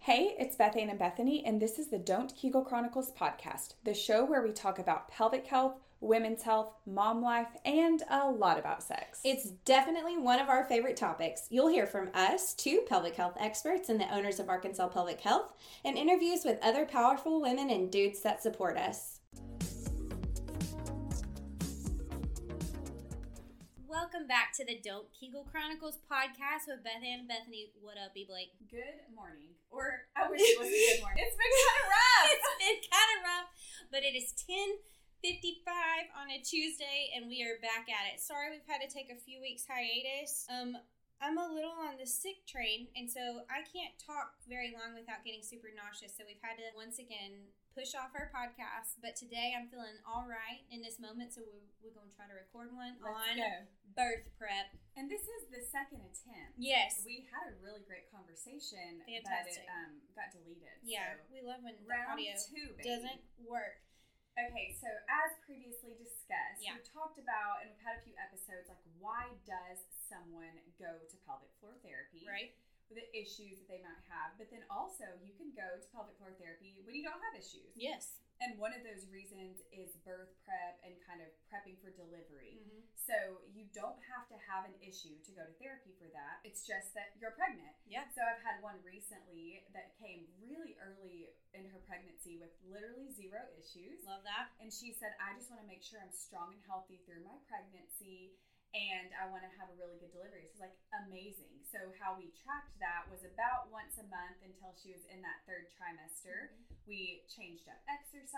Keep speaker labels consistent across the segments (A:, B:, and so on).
A: Hey, it's Beth Ann and Bethany, and this is the Don't Kegel Chronicles podcast, the show where we talk about pelvic health, women's health, mom life, and a lot about sex.
B: It's definitely one of our favorite topics. You'll hear from us, two pelvic health experts and the owners of Arkansas Pelvic Health, and interviews with other powerful women and dudes that support us.
C: Welcome back to the Don't Kegel Chronicles podcast with Beth Ann and Bethany. What up, B Blake?
D: Good morning. Or I wish it was good morning. It's been kind of rough.
C: It's been kind of rough, but it is 10:55 on a Tuesday, and we are back at it. Sorry, we've had to take a few weeks hiatus. Um, I'm a little on the sick train, and so I can't talk very long without getting super nauseous. So we've had to once again push off our podcast. But today I'm feeling all right in this moment, so we're, we're going to try to record one
D: Let's
C: on
D: go.
C: birth prep.
D: And this is the second attempt.
C: Yes.
D: We had a really great conversation,
C: Fantastic.
D: but it um, got deleted.
C: Yeah,
D: So
C: we love when the
D: round
C: audio
D: two, baby.
C: doesn't work.
D: Okay, so as previously discussed,
C: Yeah.
D: we've talked about and we've had a few episodes like why does someone go to pelvic floor therapy?
C: Right?
D: The issues that they might have, but then also you can go to pelvic floor therapy when you don't have issues.
C: Yes.
D: And one of those reasons is birth prep and kind of prepping for delivery.
C: Mm-hmm.
D: So you don't have to have an issue to go to therapy for that. It's just that you're pregnant.
C: Yeah.
D: So I've had one recently that came really early in her pregnancy with literally zero issues.
C: Love that.
D: And she said, I just want to make sure I'm strong and healthy through my pregnancy and I want to have a really good delivery. So, like, amazing. So, how we tracked that was about once a month until she was in that third trimester. We changed up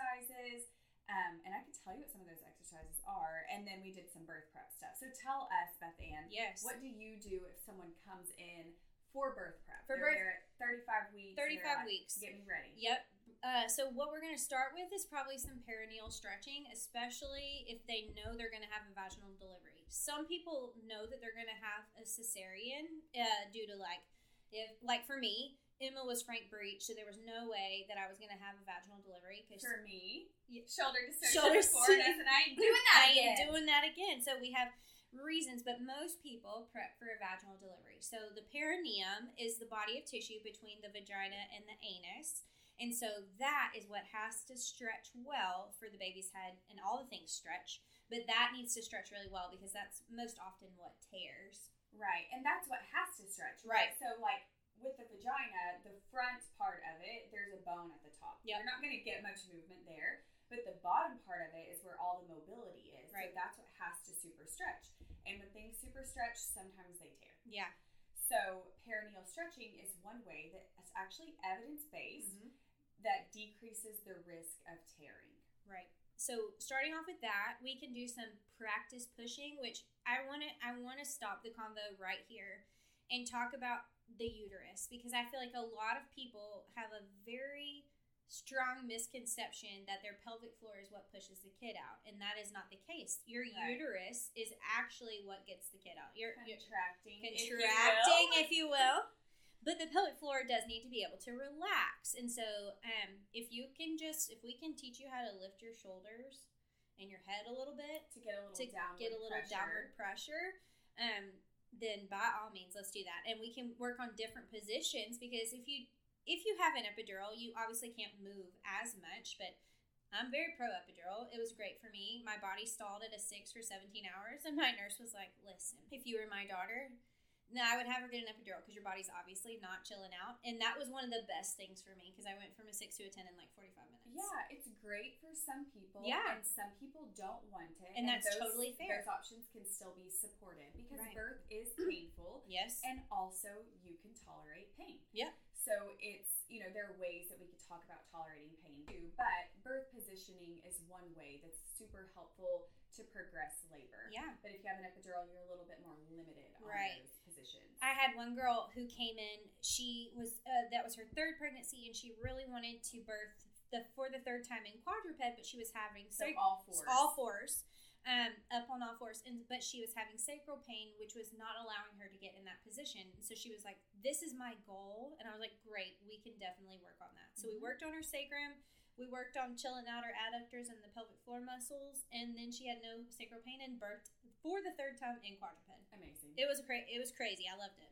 D: exercises. Um, and I can tell you what some of those exercises are. And then we did some birth prep stuff. So, tell us, Beth Ann,
C: Yes.
D: what do you do if someone comes in for birth prep?
C: For
D: They're
C: birth-
D: there at 35 weeks. and they're
C: 35
D: like,
C: weeks.
D: Get me ready.
C: Yep. Uh, so what we're going to start with is probably some perineal stretching, especially if they know they're going to have a vaginal delivery. Some people know that they're going to have a cesarean uh, due to like, if like for me, Emma was Frank breech, so there was no way that I was going to have a vaginal delivery because
D: For me,
C: Yeah.
D: shoulder to shoulder
C: Shoulder
D: forward,
C: to-
D: and I ain't doing that
C: I
D: again.
C: am doing that again. So we have reasons, but most people prep for a vaginal delivery. So the perineum is the body of tissue between the vagina and the anus. And so that is what has to stretch well for the baby's head and all the things stretch. But that needs to stretch really well because that's most often what tears.
D: Right, and that's what has to stretch.
C: Right.
D: So, like with the vagina, the front part of it, there's a bone at the top. You're
C: Yep.
D: not going to get much movement there, but the bottom part of it is where all the mobility is.
C: Right.
D: So that's what has to super stretch. And when things super stretch, sometimes they tear.
C: Yeah.
D: So perineal stretching is one way that is actually evidence based
C: Mm-hmm.
D: that decreases the risk of tearing.
C: Right. So starting off with that, we can do some practice pushing, which I want to I want to stop the convo right here and talk about the uterus because I feel like a lot of people have a very strong misconception that their pelvic floor is what pushes the kid out, and that is not the case. Your
D: Right.
C: uterus is actually what gets the kid out. Your, your
D: Contracting. if you will.
C: contracting, if you will. But the pelvic floor does need to be able to relax, and so um, if you can just, if we can teach you how to lift your shoulders and your head a little bit
D: To get a little
C: to
D: downward
C: get a little
D: pressure.
C: downward pressure, um, then by all means, let's do that, and we can work on different positions because if you if you have an epidural, you obviously can't move as much, but I'm very pro epidural. It was great for me. My body stalled at a six for 17 hours, and my nurse was like, Listen, if you were my daughter, no, I would have her get an epidural because your body's obviously not chilling out. And that was one of the best things for me because I went from a six to a 10 in like 45 minutes.
D: Yeah, it's great for some people.
C: Yeah.
D: And some people don't want it.
C: And that's totally fair.
D: Those options can still be supported because
C: Right.
D: birth is painful
C: Yes.
D: and also you can tolerate pain.
C: Yep.
D: So it's, you know, there are ways that we could talk about tolerating pain too, but birth positioning is one way that's super helpful to progress labor.
C: yeah.
D: But if you have an epidural, you're a little bit more limited on
C: Right.
D: those positions.
C: I had one girl who came in. She was uh, that was her third pregnancy, and she really wanted to birth the for the third time in quadruped, but she was having
D: so
C: sacral-
D: all fours.
C: all fours, um, up on all fours, and but she was having sacral pain, which was not allowing her to get in that position. And so she was like, "This is my goal," and I was like, "Great, we can definitely work on that." So we
D: Mhm.
C: worked on her sacrum. We worked on chilling out her adductors and the pelvic floor muscles, and then she had no sacral pain and birthed for the third time in quadruped.
D: Amazing.
C: It was cra- it was crazy. I loved it.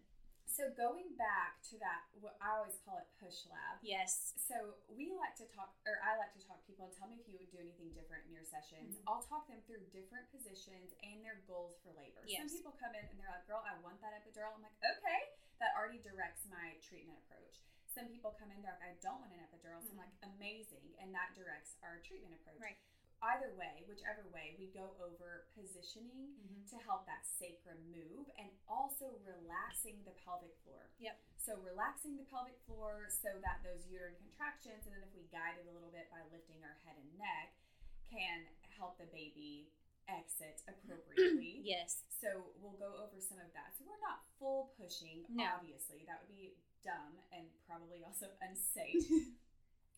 D: So going back to that, what I always call it push lab.
C: Yes.
D: So we like to talk, or I like to talk to people and tell me if you would do anything different in your sessions.
C: Mhm.
D: I'll talk them through different positions and their goals for labor.
C: Yes.
D: Some people come in and they're like, "Girl, I want that epidural." I'm like, "Okay," that already directs my treatment approach. Some people come in, they're like, "I don't want an epidural," so
C: Mhm.
D: I'm like, "Amazing," and that directs our treatment approach.
C: Right.
D: Either way, whichever way, we go over positioning to help that sacrum move and also relaxing the pelvic floor.
C: Yep.
D: So relaxing the pelvic floor so that those uterine contractions and then if we guide it a little bit by lifting our head and neck can help the baby exit appropriately.
C: Yes.
D: So we'll go over some of that. So we're not full pushing,
C: No.
D: obviously. That would be dumb and probably also unsafe.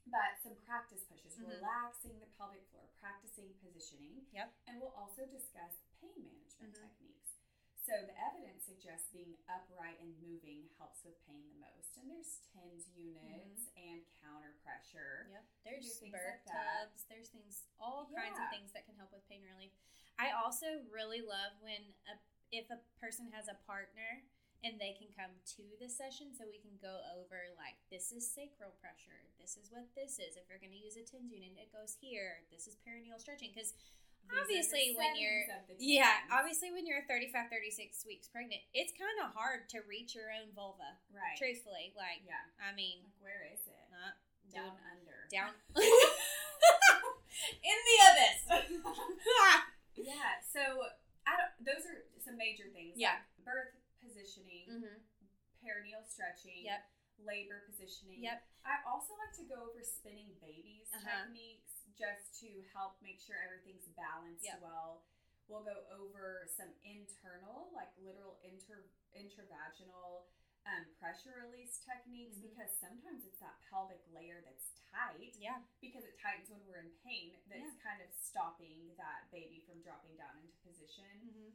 D: but some practice pushes,
C: Mhm.
D: relaxing the pelvic floor, practicing positioning.
C: Yep.
D: And we'll also discuss pain management
C: Mhm.
D: techniques. So the evidence suggests being upright and moving helps with pain the most. And there's TENS units
C: Mm-hmm.
D: and counter pressure.
C: Yep. There's
D: things
C: birth
D: like that.
C: tubs. There's things, all kinds of
D: Yeah.
C: things that can help with pain relief. I also really love when a, if a person has a partner and they can come to the session so we can go over like this is sacral pressure this is what this is if you're going to use a tens unit it goes here this is perineal stretching because
D: These are the
C: Obviously, when
D: settings
C: you're-
D: of the
C: yeah
D: TENS.
C: obviously when you're 35 36 weeks pregnant it's kind of hard to reach your own vulva
D: right.
C: truthfully like
D: Yeah.
C: i mean
D: Like where is it?
C: not
D: Down
C: doing
D: under.
C: down in the abyss. Mm-hmm.
D: Yeah. So I don't. Those are some major things.
C: Yeah.
D: like birth positioning,
C: mm-hmm.
D: perineal stretching.
C: Yep.
D: Labor positioning.
C: Yep.
D: I also like to go over spinning babies
C: Uh-huh.
D: techniques just to help make sure everything's balanced
C: Yep.
D: well. We'll go over some internal, like literal inter intravaginal um, pressure release techniques
C: Mhm.
D: because sometimes it's that pelvic layer that's tight
C: Yeah.
D: because it tightens when we're in pain that's kind of stopping that baby from dropping down into position
C: Mm-hmm.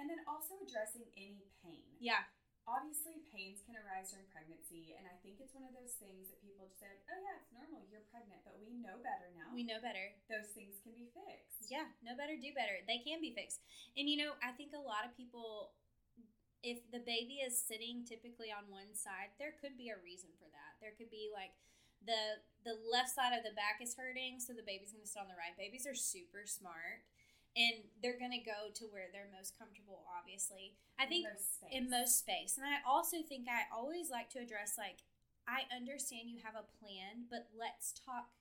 D: and then also addressing any pain
C: Yeah.
D: obviously pains can arise during pregnancy and i think it's one of those things that people just say like, oh yeah it's normal you're pregnant but we know better now
C: We know better.
D: those things can be fixed
C: Yeah. Know better, do better. They can be fixed. And you know, I think a lot of people, if the baby is sitting typically on one side, there could be a reason for that. There could be like, the the left side of the back is hurting, so the baby's gonna sit on the right. Babies are super smart, and they're gonna go to where they're most comfortable. Obviously, I think
D: most space.
C: in most space. And I also think I always like to address like I understand you have a plan, but let's talk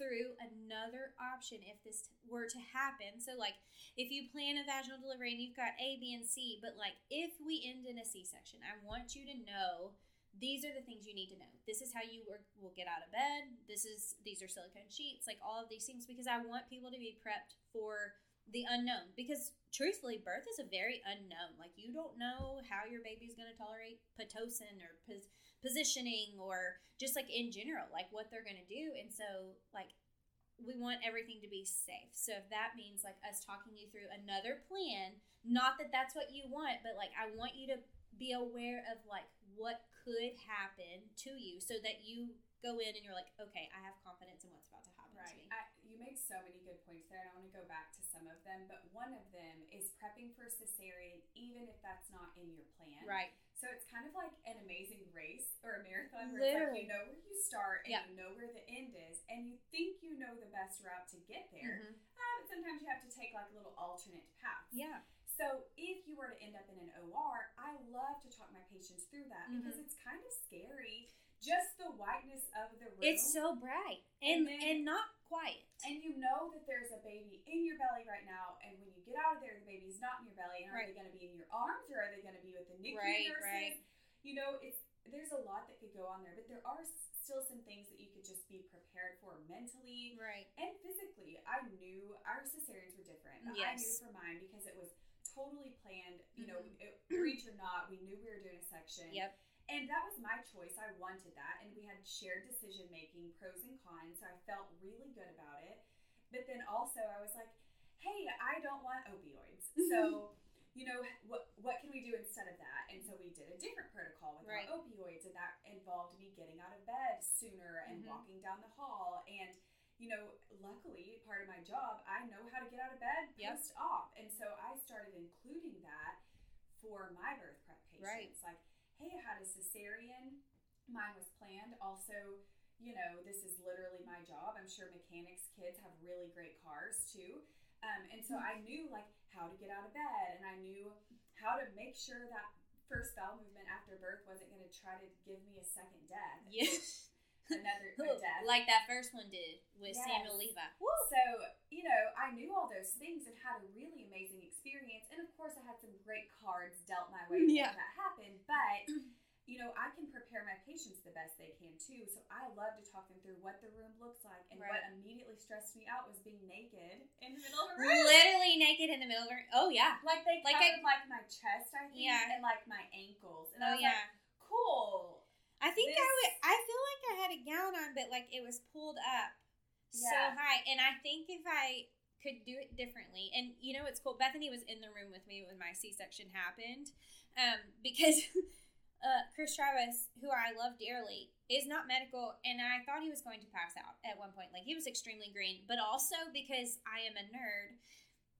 C: through another option if this were to happen. So like if you plan a vaginal delivery and you've got A, B, and C, but like if we end in a C-section, I want you to know these are the things you need to know. This is how you work, will get out of bed. This is these are silicone sheets, like all of these things because I want people to be prepped for the unknown because truthfully birth is a very unknown like you don't know how your baby's going to tolerate pitocin or pos- positioning or just like in general like what they're going to do and so like we want everything to be safe so if that means like us talking you through another plan not that that's what you want but like i want you to be aware of like what could happen to you so that you go in and you're like okay i have confidence in what's about to happen to me
D: Right. I, you made so many good points there, and I want to go back to some of them. But one of them is prepping for cesarean, even if that's not in your plan.
C: right
D: So it's kind of like an amazing race or a marathon where it's like you
C: Literally.
D: know where you start and
C: Yeah.
D: you know where the end is, and you think you know the best route to get there.
C: Mhm.
D: Uh, but sometimes you have to take like a little alternate path.
C: yeah
D: So if you were to end up in an OR, I love to talk my patients through that
C: Mm-hmm.
D: because it's kind of scary. Just the whiteness of the room.
C: It's so bright
D: And
C: and and,
D: then-
C: not quiet.
D: and you know that there's a baby in your belly right now, and when you get out of there, the baby's not in your belly. And are
C: Right.
D: they going to be in your arms, or are they going to be with the NICU
C: Right,
D: nurses?
C: right.
D: You know, it's there's a lot that could go on there, but there are s- still some things that you could just be prepared for mentally
C: Right.
D: and physically. I knew our cesareans were different. but I knew
C: Yes. Mm-hmm.
D: for mine because it was totally planned. You know, it, breach or not, we knew we were doing a section.
C: Yep.
D: And that was my choice. I wanted that. And we had shared decision making, pros and cons. So I felt really good about it. But then also, I was like, hey, I don't want opioids. So, you know, what, what can we do instead of that? And so we did a different protocol with
C: Right.
D: opioids. And that involved me getting out of bed sooner and
C: Mhm.
D: walking down the hall. And, you know, luckily, part of my job, I know how to get out of bed
C: Yep.
D: post op. And so I started including that for my birth prep
C: Right.
D: patients. Like, hey, I had a cesarean. Mine was planned. Also, you know, this is literally my job. I'm sure mechanics' kids have really great cars too. Um, and so I knew like how to get out of bed and I knew how to make sure that first bowel movement after birth wasn't going to try to give me a second death.
C: Yes.
D: Another a death.
C: like that first one did with
D: Yes.
C: Samuel Levi.
D: So, you know, I knew all those things and had a really amazing experience. And of course, I had some great cards dealt my way when
B: Yeah.
D: that happened. But, you know, I can prepare my patients the best they can too. So I love to talk them through what the room looks like. And what
C: Right.
D: immediately stressed me out was being naked in the middle of a room.
C: Literally naked in the middle of her. Oh yeah.
D: Like they
C: Like
D: covered like my chest, I think,
C: Yeah.
D: and like my ankles. And
C: Oh
D: I was
C: yeah.
D: like, cool.
C: I think I
D: this-
C: would. I feel like I had a gown on, but like it was pulled up so
D: Yeah.
C: high. And I think if I could do it differently, and you know, it's cool. Bethany was in the room with me when my C section happened, um, because uh, Chris Travis, who I love dearly, is not medical, and I thought he was going to pass out at one point. Like he was extremely green, but also because I am a nerd,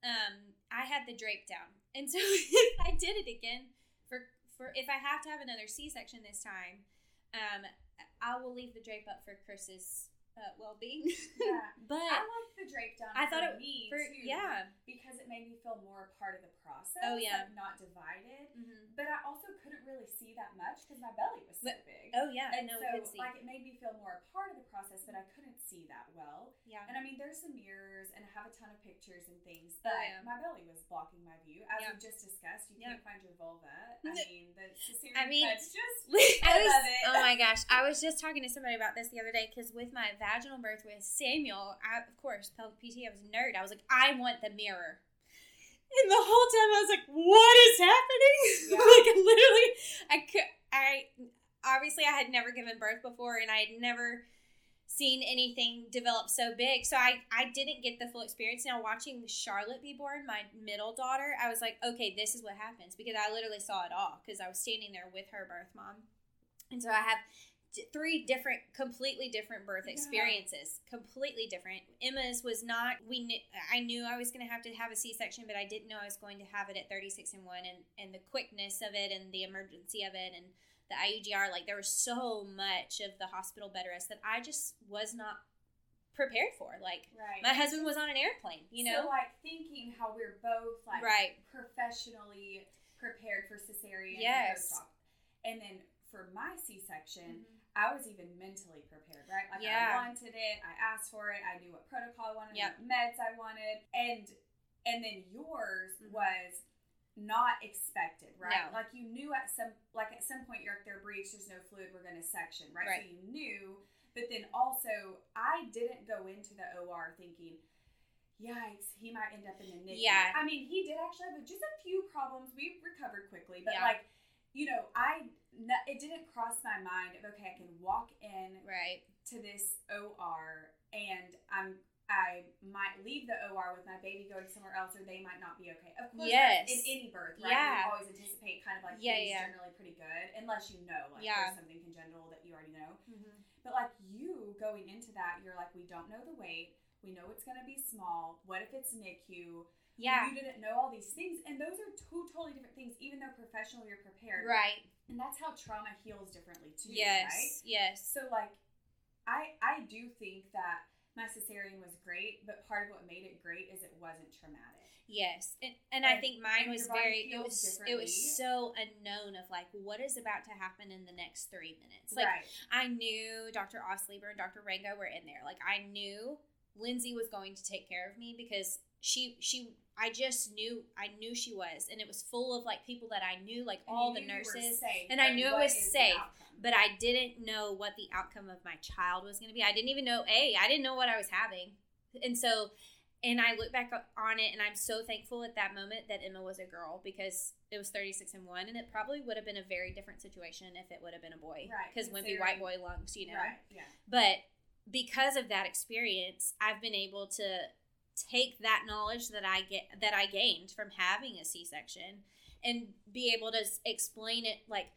C: um, I had the drape down, and so if I did it again for for if I have to have another C section this time, um, I will leave the drape up for Chris's uh, well being.
D: Yeah. I
C: but
D: liked the drape down.
C: I thought
D: for
C: it-
D: me
C: for
D: too,
C: yeah,
D: because it made me feel more a part of the process.
C: Oh, yeah.
D: like not divided.
C: hmm
D: But I also couldn't really see that much because my belly was so
C: But-
D: big.
C: oh yeah,
D: and
C: no,
D: so,
C: I could see.
D: like, it made me feel more a part of the process, but I couldn't see that well.
C: yeah,
D: And I mean, there's some mirrors, and I have a ton of pictures and things,
C: Oh,
D: but
C: yeah.
D: my belly was blocking my view. As
C: Yeah.
D: we just discussed, you
C: Yeah.
D: can't find your vulva. I mean, the cesarean
C: I mean-
D: cut's just.
C: I
D: I
C: was,
D: love it.
C: Oh my gosh, I was just talking to somebody about this the other day because with my vaginal birth with Samuel, I, of course, pelvic PT, I was a nerd. I was like, I want the mirror. And the whole time I was like, what is happening?
D: Yeah.
C: like, I literally, I could, I, obviously, I had never given birth before and I had never seen anything develop so big. So I, I didn't get the full experience. Now, watching Charlotte be born, my middle daughter, I was like, okay, this is what happens because I literally saw it all because I was standing there with her birth mom. And so I have d- three different, completely different birth
D: Yeah.
C: experiences. Completely different. Emma's was not. We knew. I knew I was going to have to have a C section, but I didn't know I was going to have it at thirty six and one, and and the quickness of it, and the emergency of it, and the IUGR. Like there was so much of the hospital bed rest that I just was not prepared for. Like
D: Right.
C: my husband was on an airplane, you
D: So,
C: know.
D: like, thinking how we're both, like,
C: right.
D: professionally prepared for cesarean
C: Yes.
D: and post-op. And then for my C-section, I was even mentally prepared, right? Like
C: Yeah.
D: I wanted it, I asked for it, I knew what protocol I wanted,
C: Yep.
D: what meds I wanted, and and then yours
C: Mhm.
D: was not expected, right?
C: No.
D: Like you knew at some like at some point you're up there breech, there's no fluid, we're gonna section, right?
C: Right.
D: So you knew, but then also I didn't go into the OR thinking, yikes, he might end up in the NICU.
C: Yeah.
D: I mean, he did actually have just a few problems. We recovered quickly, but
C: Yeah.
D: like, you know, I n- it didn't cross my mind of okay, I can walk in
C: Right.
D: to this OR and I'm I might leave the OR with my baby going somewhere else, or they might not be okay. Of course,
C: Yes.
D: in any birth, right?
C: Yeah.
D: You always anticipate kind of like
C: Yeah,
D: things
C: yeah.
D: generally pretty good, unless you know like
C: Yeah.
D: there's something congenital that you already know. But like you going into that, you're like, we don't know the weight. We know it's going to be small. What if it's NICU?
C: Yeah.
D: You didn't know all these things. And those are two totally different things, even though professionally you're prepared.
C: Right.
D: And that's how trauma heals differently too,
C: Yes.
D: right?
C: Yes.
D: So like I I do think that my cesarean was great, but part of what made it great is it wasn't traumatic.
C: Yes, and, and I
D: And-
C: think mine
D: and
C: was
D: your body
C: very it
D: heals
C: was it was
D: differently.
C: so unknown of like what is about to happen in the next three minutes. Like
D: right.
C: I knew Dr. Oslieber and Dr. Rango were in there. Like I knew Lindsay was going to take care of me because she she I just knew I knew she was, and it was full of like people that I knew, like
D: And
C: all
D: you
C: the
D: knew you were
C: nurses.
D: safe,
C: and I
D: but
C: knew it
D: what
C: was
D: is the
C: safe,
D: outcome?
C: But I didn't know what the outcome of my child was going to be. I didn't even know, A, I didn't know what I was having. And so, and I look back on it and I'm so thankful at that moment that Emma was a girl because it was 36 and 1 and it probably would have been a very different situation if it would have been a boy.
D: Right,
C: Because wimpy white
D: considering-
C: boy lungs, you know.
D: right, yeah.
C: But because of that experience, I've been able to take that knowledge that I get that I gained from having a C-section and be able to s- explain it like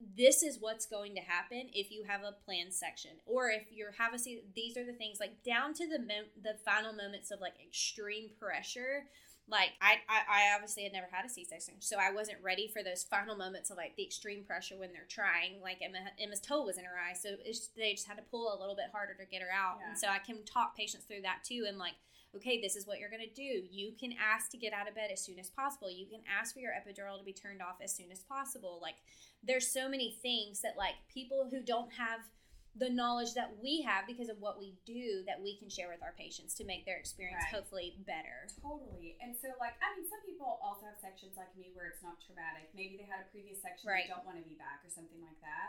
C: this is what's going to happen if you have a planned section or if you have a C these are the things like down to the mem- the final moments of like extreme pressure like I, I, I obviously had never had a C section, so I wasn't ready for those final moments of like the extreme pressure when they're trying. Like Emma, Emma's toe was in her eye, so it's, they just had to pull a little bit harder to get her out.
D: Yeah.
C: And so I can talk patients through that too, and like, okay, this is what you're gonna do. You can ask to get out of bed as soon as possible. You can ask for your epidural to be turned off as soon as possible. Like, there's so many things that like people who don't have the knowledge that we have because of what we do that we can share with our patients to make their experience
D: Right.
C: hopefully better.
D: Totally. And so, like, I mean, some people also have sections like me where it's not traumatic. Maybe they had a previous section
C: Right.
D: they don't want to be back or something like that.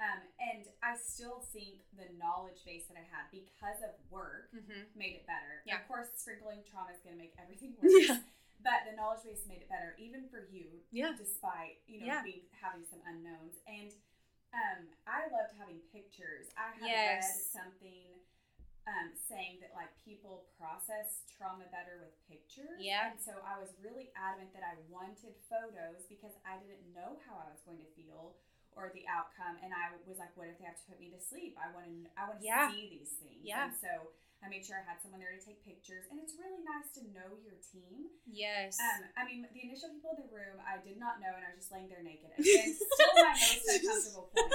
D: Um, and I still think the knowledge base that I had because of work
C: Mm-hmm.
D: made it better. Of
C: Yeah.
D: course, sprinkling trauma is going to make everything worse.
C: Yeah.
D: But the knowledge base made it better, even for you,
C: Yeah.
D: despite you know
C: Yeah.
D: being having some unknowns. And um, I loved having pictures. I had read
C: Yes.
D: something um, saying that like people process trauma better with pictures.
C: Yeah.
D: And so I was really adamant that I wanted photos because I didn't know how I was going to feel or the outcome, and I was like, what if they have to put me to sleep? I want to. I want to
C: Yeah.
D: see these things.
C: Yeah.
D: And so. I made sure I had someone there to take pictures, and it's really nice to know your team.
C: Yes.
D: Um, I mean, the initial people in the room I did not know, and I was just laying there naked. Again, still my most uncomfortable point.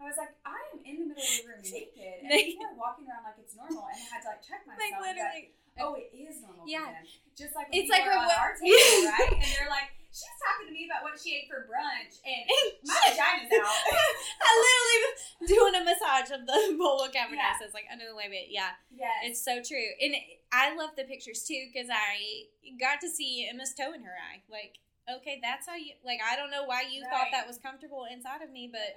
D: I was like, I am in the middle of the room naked, and
C: Naked.
D: people are walking around like it's normal, and I had to like check myself.
C: like
D: and be
C: literally,
D: like, oh, it is normal. for
C: Yeah.
D: them. just like when
C: It's
D: people
C: like
D: are
C: we're
D: on
C: wa-
D: our table, right? And they're like, she's talking to me about what she ate for brunch, and my vagina's out.
C: I literally was doing a massage of the bowl of cabernets. It's like under the labia. Yeah,
D: yes,
C: it's so true. And it- I love the pictures too because I got to see Emma's toe in her eye. Like, okay, that's how you. Like, I don't know why you thought
D: Right.
C: that was comfortable inside of me, but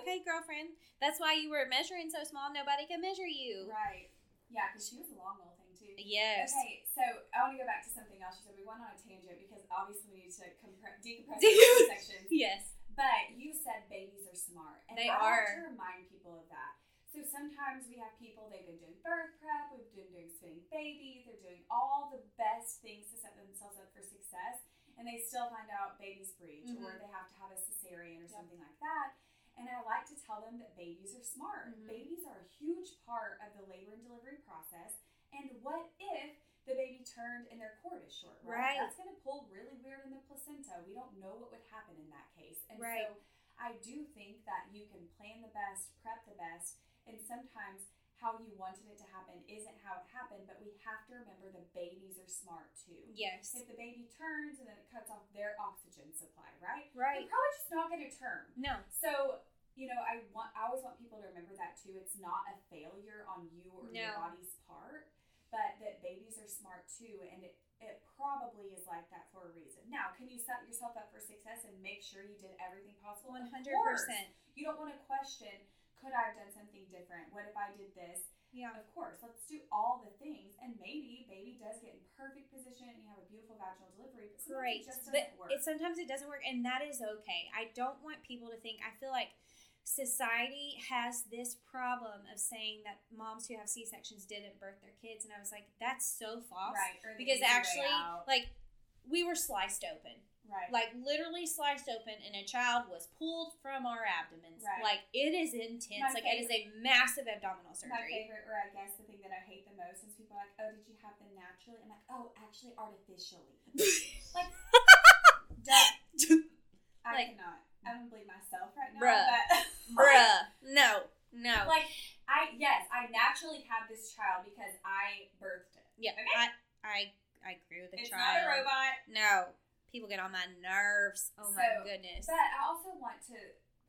C: okay, girlfriend, that's why you were measuring so small. Nobody could measure you.
D: right, yeah, because she was a long little thing too.
C: Yes.
D: Okay, so I want to go back to something else. You said we went on a tangent because obviously we need to compre- decompress the sections.
C: Yes.
D: But you said babies are smart, and
C: They
D: I
C: are.
D: want to remind people of that. So sometimes we have people they've been doing birth prep, we've been doing spinning babies, they're doing all the best things to set themselves up for success, and they still find out babies breach or they have to have a cesarean or
C: Mm-hmm. Yep.
D: something like that. And I like to tell them that babies are smart.
C: Mhm.
D: Babies are a huge part of the labor and delivery process. And what if the baby turned and their cord is short, right?
C: Right.
D: That's going to pull really weird in the placenta. We don't know what would happen in that case. And
C: Right.
D: so I do think that you can plan the best, prep the best, and sometimes how you wanted it to happen isn't how it happened, but we have to remember the babies are smart too.
C: Yes.
D: If the baby turns and then it cuts off their oxygen supply, right? They're
C: Right.
D: probably just not going to turn.
C: No.
D: So, you know, I want I always want people to remember that too. It's not a failure on you or your
C: No.
D: body's part, but that babies are smart too and it it probably is like that for a reason. Now, can you set yourself up for success and make sure you did everything possible?
C: One
D: Of
C: hundred
D: course.
C: percent.
D: You don't want to question, could I have done something different? What if I did this?
C: Yeah.
D: Of course, let's do all the things and maybe baby does get in perfect position and you have a beautiful vaginal delivery, but sometimes
C: great
D: it just
C: but
D: doesn't work.
C: it sometimes it doesn't work and that is okay i don't want people to think i feel like society has this problem of saying that moms who have c-sections didn't birth their kids and i was like that's so false
D: right. or the
C: because
D: easy way
C: actually
D: out.
C: like we were sliced open
D: right.
C: like literally sliced open and a child was pulled from our abdomens
D: Right.
C: like it is intense
D: My
C: like it is a massive
D: My
C: abdominal surgery
D: favorite, or I guess the thing that I hate the most, is people are like, "Oh, did you have them naturally?" I'm like, "Oh, actually, artificially." like, don't, I
C: Like-
D: cannot. I don't believe myself right now.
C: Bruh.
D: But
C: bruh no no
D: like I yes, I naturally have this child because I birthed it.
C: yeah
D: Okay.
C: i i i grew the
D: It's
C: child
D: not a robot.
C: No, people get on my nerves. Oh my
D: So,
C: goodness.
D: But I also want to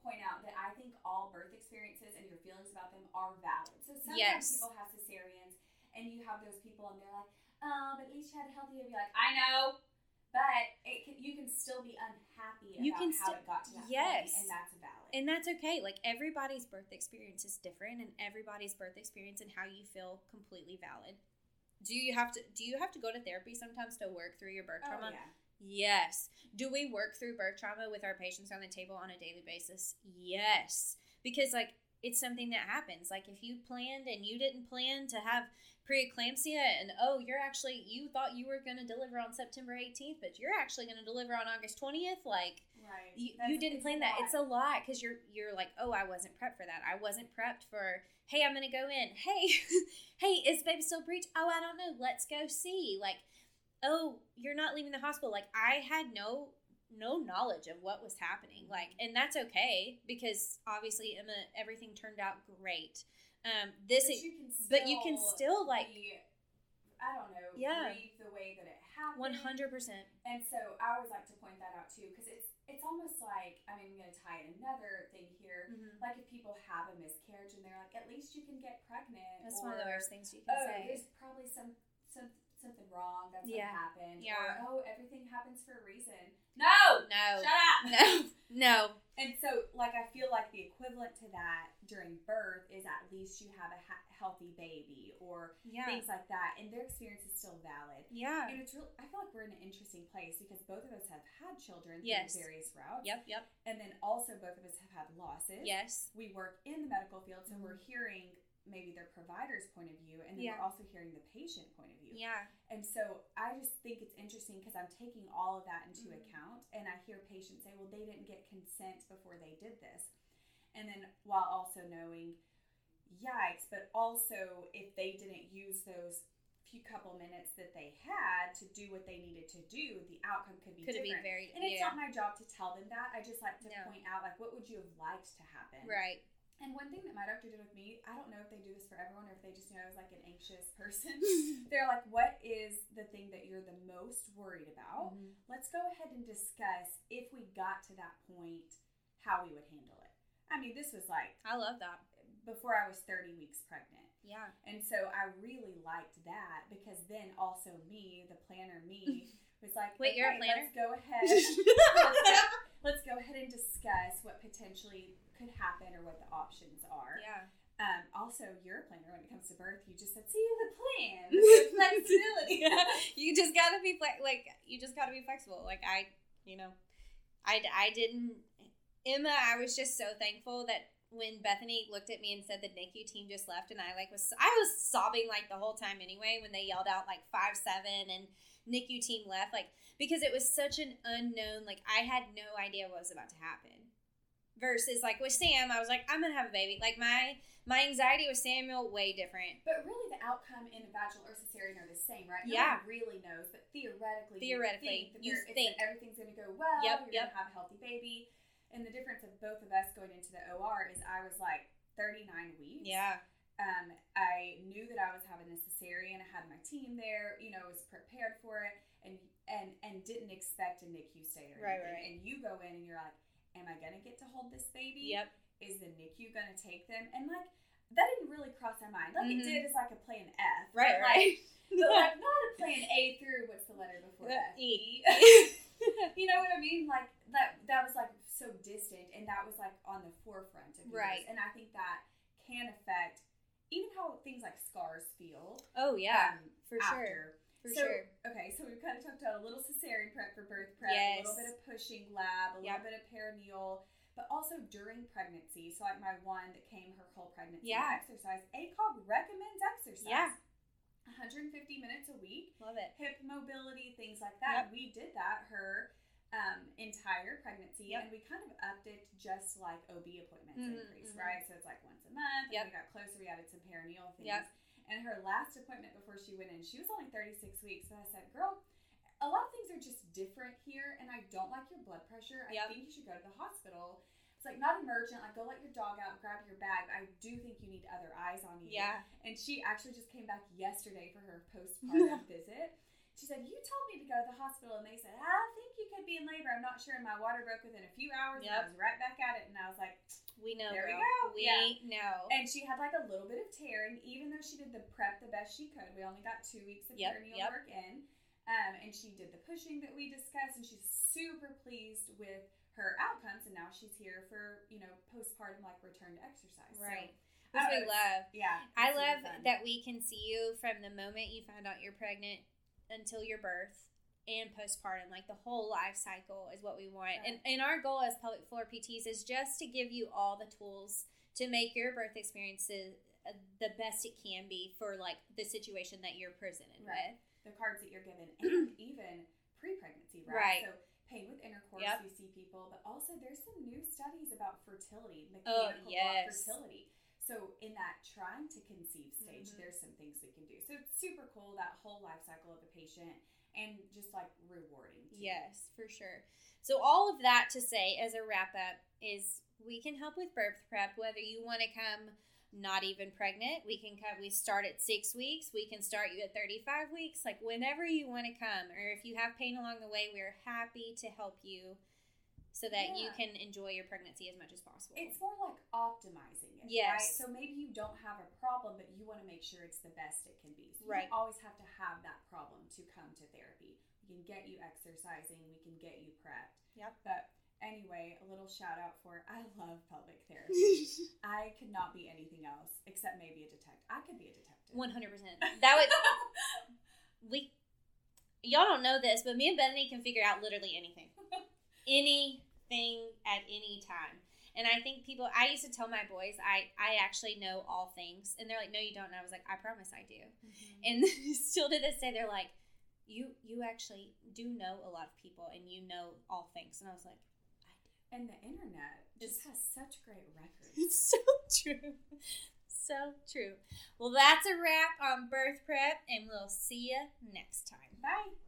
D: point out that I think all birth experiences and your feelings about them are valid. So sometimes
C: Yes.
D: people have cesareans and you have those people and they're like, um, at least you had a healthy baby. Like, I know, but it can, you can still be unhappy about
C: You can
D: how
C: still-
D: it got to that
C: Yes.
D: point, and that's valid.
C: and that's okay. Like everybody's birth experience is different and everybody's birth experience and how you feel completely valid. Do you have to do you have to go to therapy sometimes to work through your birth
D: oh,
C: trauma?
D: yeah.
C: Yes. Do we work through birth trauma with our patients on the table on a daily basis? Yes. Because like it's something that happens. Like if you planned and you didn't plan to have preeclampsia and oh, you're actually you thought you were going to deliver on September 18th, but you're actually going to deliver on August 20th, like
D: Right.
C: you,
D: That's-
C: you didn't
D: it's
C: plan that. It's
D: lot.
C: a lot because you're you're like, oh, I wasn't prepped for that. I wasn't prepped for. Hey, I'm gonna go in. Hey, hey, is baby still breech? Oh, I don't know. Let's go see. Like oh, you're not leaving the hospital. Like I had no no knowledge of what was happening. Like, and that's okay because obviously Emma, everything turned out great. Um, this,
D: but you can still,
C: but you can still like
D: be, I don't know,
C: Yeah.
D: grieve the way that it happened.
C: one hundred percent.
D: And so I always like to point that out too, because it's it's almost like I mean, I'm going to tie in another thing here. Like if people have a miscarriage and they're like, at least you can get pregnant.
C: That's
D: or,
C: one of the worst things you can
D: Oh,
C: say.
D: there's probably some some something wrong. That's
C: Yeah.
D: what happened.
C: Yeah.
D: Or, oh, everything happens for a reason. No.
C: No,
D: Shut up.
C: no, no.
D: And so, like, I feel like the equivalent to that during birth is at least you have a ha- healthy baby or
C: Yeah,
D: things like that, and their experience is still valid.
C: yeah.
D: And it's real. I feel like we're in an interesting place because both of us have had children
C: Yes.
D: through various routes,
C: Yep, yep.
D: and then also both of us have had losses.
C: Yes, Mm-hmm.
D: We work in the medical field, so we're hearing maybe their provider's point of view, and then
C: Yeah.
D: we're also hearing the patient point of view.
C: yeah,
D: And so I just think it's interesting because I'm taking all of that into
C: Mhm.
D: account, and I hear patients say, "Well, they didn't get consent before they did this," and then while also knowing, yikes, but also if they didn't use those few couple minutes that they had to do what they needed to do, the outcome could be
C: could it be
D: different.
C: very
D: and it's
C: yeah,
D: not my job to tell them that. I just like to
C: No.
D: point out, like, what would you have liked to happen?
C: right?
D: And one thing that my doctor did with me, I don't know if they do this for everyone or if they just know I was like an anxious person. They're like, what is the thing that you're the most worried about?
C: Mhm.
D: Let's go ahead and discuss if we got to that point, how we would handle it. I mean, this was like
C: I love that.
D: before I was 30 weeks pregnant.
C: Yeah,
D: And so I really liked that because then also me, the planner me, was like,
C: Wait, you're a
D: "Okay,
C: planner?"
D: Let's go ahead. let's, go, let's go ahead and discuss what potentially could happen or what the options are.
C: yeah.
D: Um, also, you're a planner when it comes to birth. You just said, see the plan, the flexibility.
C: you just gotta be fle- like you just gotta be flexible like i you know i i didn't emma i was just so thankful that when bethany looked at me and said the nicu team just left and i like was i was sobbing like the whole time anyway when they yelled out like five seven and nicu team left like because it was such an unknown like i had no idea what was about to happen versus like with sam i was like i'm gonna have a baby like my my anxiety with samuel way different
D: But really, the outcome in a vaginal or cesarean are the same, right? No
C: Yeah.
D: one really knows, but theoretically, you
C: Theoretically,
D: think that
C: you
D: there- it's
C: think.
D: that everything's going to go well.
C: Yep,
D: you're going
C: yep.
D: to have a healthy baby. And the difference of both of us going into the OR is I was like 39 weeks.
C: yeah
D: Um, I knew that I was having a cesarean. I had my team there. You know, was prepared for it, and and and didn't expect a NICU stay or
C: Right,
D: anything.
C: right.
D: And you go in and you're like, "Am I going to get to hold this baby?
C: yep
D: is the NICU going to take them? And like, that didn't really cross my mind. Like,
C: Mhm.
D: it did as like a plan F. but,
C: right
D: Like,
C: right
D: but like, not a plan A through what's the letter before
C: Uh,
D: F?
C: E.
D: you know what I mean? Like, that, that was like so distant and that was like on the forefront of yours.
C: Right.
D: And I think that can affect even how things like scars feel.
C: Oh yeah,
D: um,
C: for sure,
D: after.
C: for
D: so,
C: sure.
D: Okay, so we've kind of talked about a little cesarean prep for birth prep, a
C: Yes.
D: little bit of pushing lab, a
C: Yep.
D: little bit of perineal, but also during pregnancy. So, like my one that came her whole pregnancy
C: Yeah.
D: exercise, ACOG recommends exercise.
C: Yeah.
D: 150 minutes a week,
C: Love it.
D: hip mobility, things like that. We did that her um, entire pregnancy, and
C: Yep.
D: we kind of upped it just like OB appointments
C: Mhm,
D: increase,
C: mhm.
D: right? So it's like once a month.
C: Yep.
D: And we got closer. We added some perineal things.
C: Yep.
D: And her last appointment before she went in, she was only 36 weeks. And I said, girl, a lot of things are just different here, and I don't like your blood pressure. I
C: Yep.
D: think you should go to the hospital. It's like not emergent, like go let your dog out, grab your bag. I do think you need other eyes on you.
C: Yeah,
D: And she actually just came back yesterday for her postpartum visit. She said, You told me to go to the hospital, and they said, I think you could be in labor. I'm not sure. And my water broke within a few hours, and I
C: Yep.
D: was right back at it. And I was like,
C: we know.
D: There we
C: girl.
D: go.
C: We
D: Yeah.
C: know.
D: And she had like a little bit of tearing, even though she did the prep the best she could. We only got two weeks of
C: Yep,
D: perineal
C: yep.
D: work in. Um, and she did the pushing that we discussed, and she's super pleased with her outcomes. And now she's here for, you know, postpartum, like return to exercise. So, I
C: right. That's
D: don't
C: what we
D: know,
C: love.
D: yeah.
C: I
D: it's really
C: love
D: fun.
C: that we can see you from the moment you found out you're pregnant until your birth and postpartum. Like the whole life cycle is what we want. And and our goal as pelvic floor PTs is just to give you all the tools to make your birth experiences uh, the best it can be for like the situation that you're presented
D: Right. the cards that you're given and even pre-pregnancy right,
C: Right.
D: so pain with intercourse
C: Yep.
D: you see people but also there's some new studies about fertility
C: Oh,
D: mechanical
C: yes.
D: law fertility so in that trying to conceive stage
C: Mhm.
D: there's some things we can do so it's super cool that whole life cycle of the patient and just like rewarding. too.
C: Yes, for sure. So, all of that to say, as a wrap up, is we can help with birth prep, whether you want to come not even pregnant. We can come, we start at six weeks. We can start you at 35 weeks, like whenever you want to come. Or if you have pain along the way, we're happy to help you so that you
D: Yeah.
C: can enjoy your pregnancy as much as possible.
D: It's more like optimizing it.
C: Yes.
D: Right? So maybe you don't have a problem, but you want to make sure it's the best it can be. So
C: Right.
D: You don't always have to have that problem to come to therapy. We can get you exercising, we can get you prepped.
C: Yep.
D: But anyway, a little shout out for I love pelvic therapy. I could not be anything else except maybe a detective. I could be a detective.
C: 100%. That would, we y'all don't know this, but me and Bethany can figure out literally anything. anything at any time. And I think people I used to tell my boys I I actually know all things and they're like no you don't and I was like I promise I do.
D: Mm-hmm.
C: And still to this day they're like you you actually do know a lot of people and you know all things and I was like
D: And the internet just
C: Just-
D: has such great records.
C: It's so true. So true. Well, that's a wrap on birth prep and we'll see you next time.
D: Bye.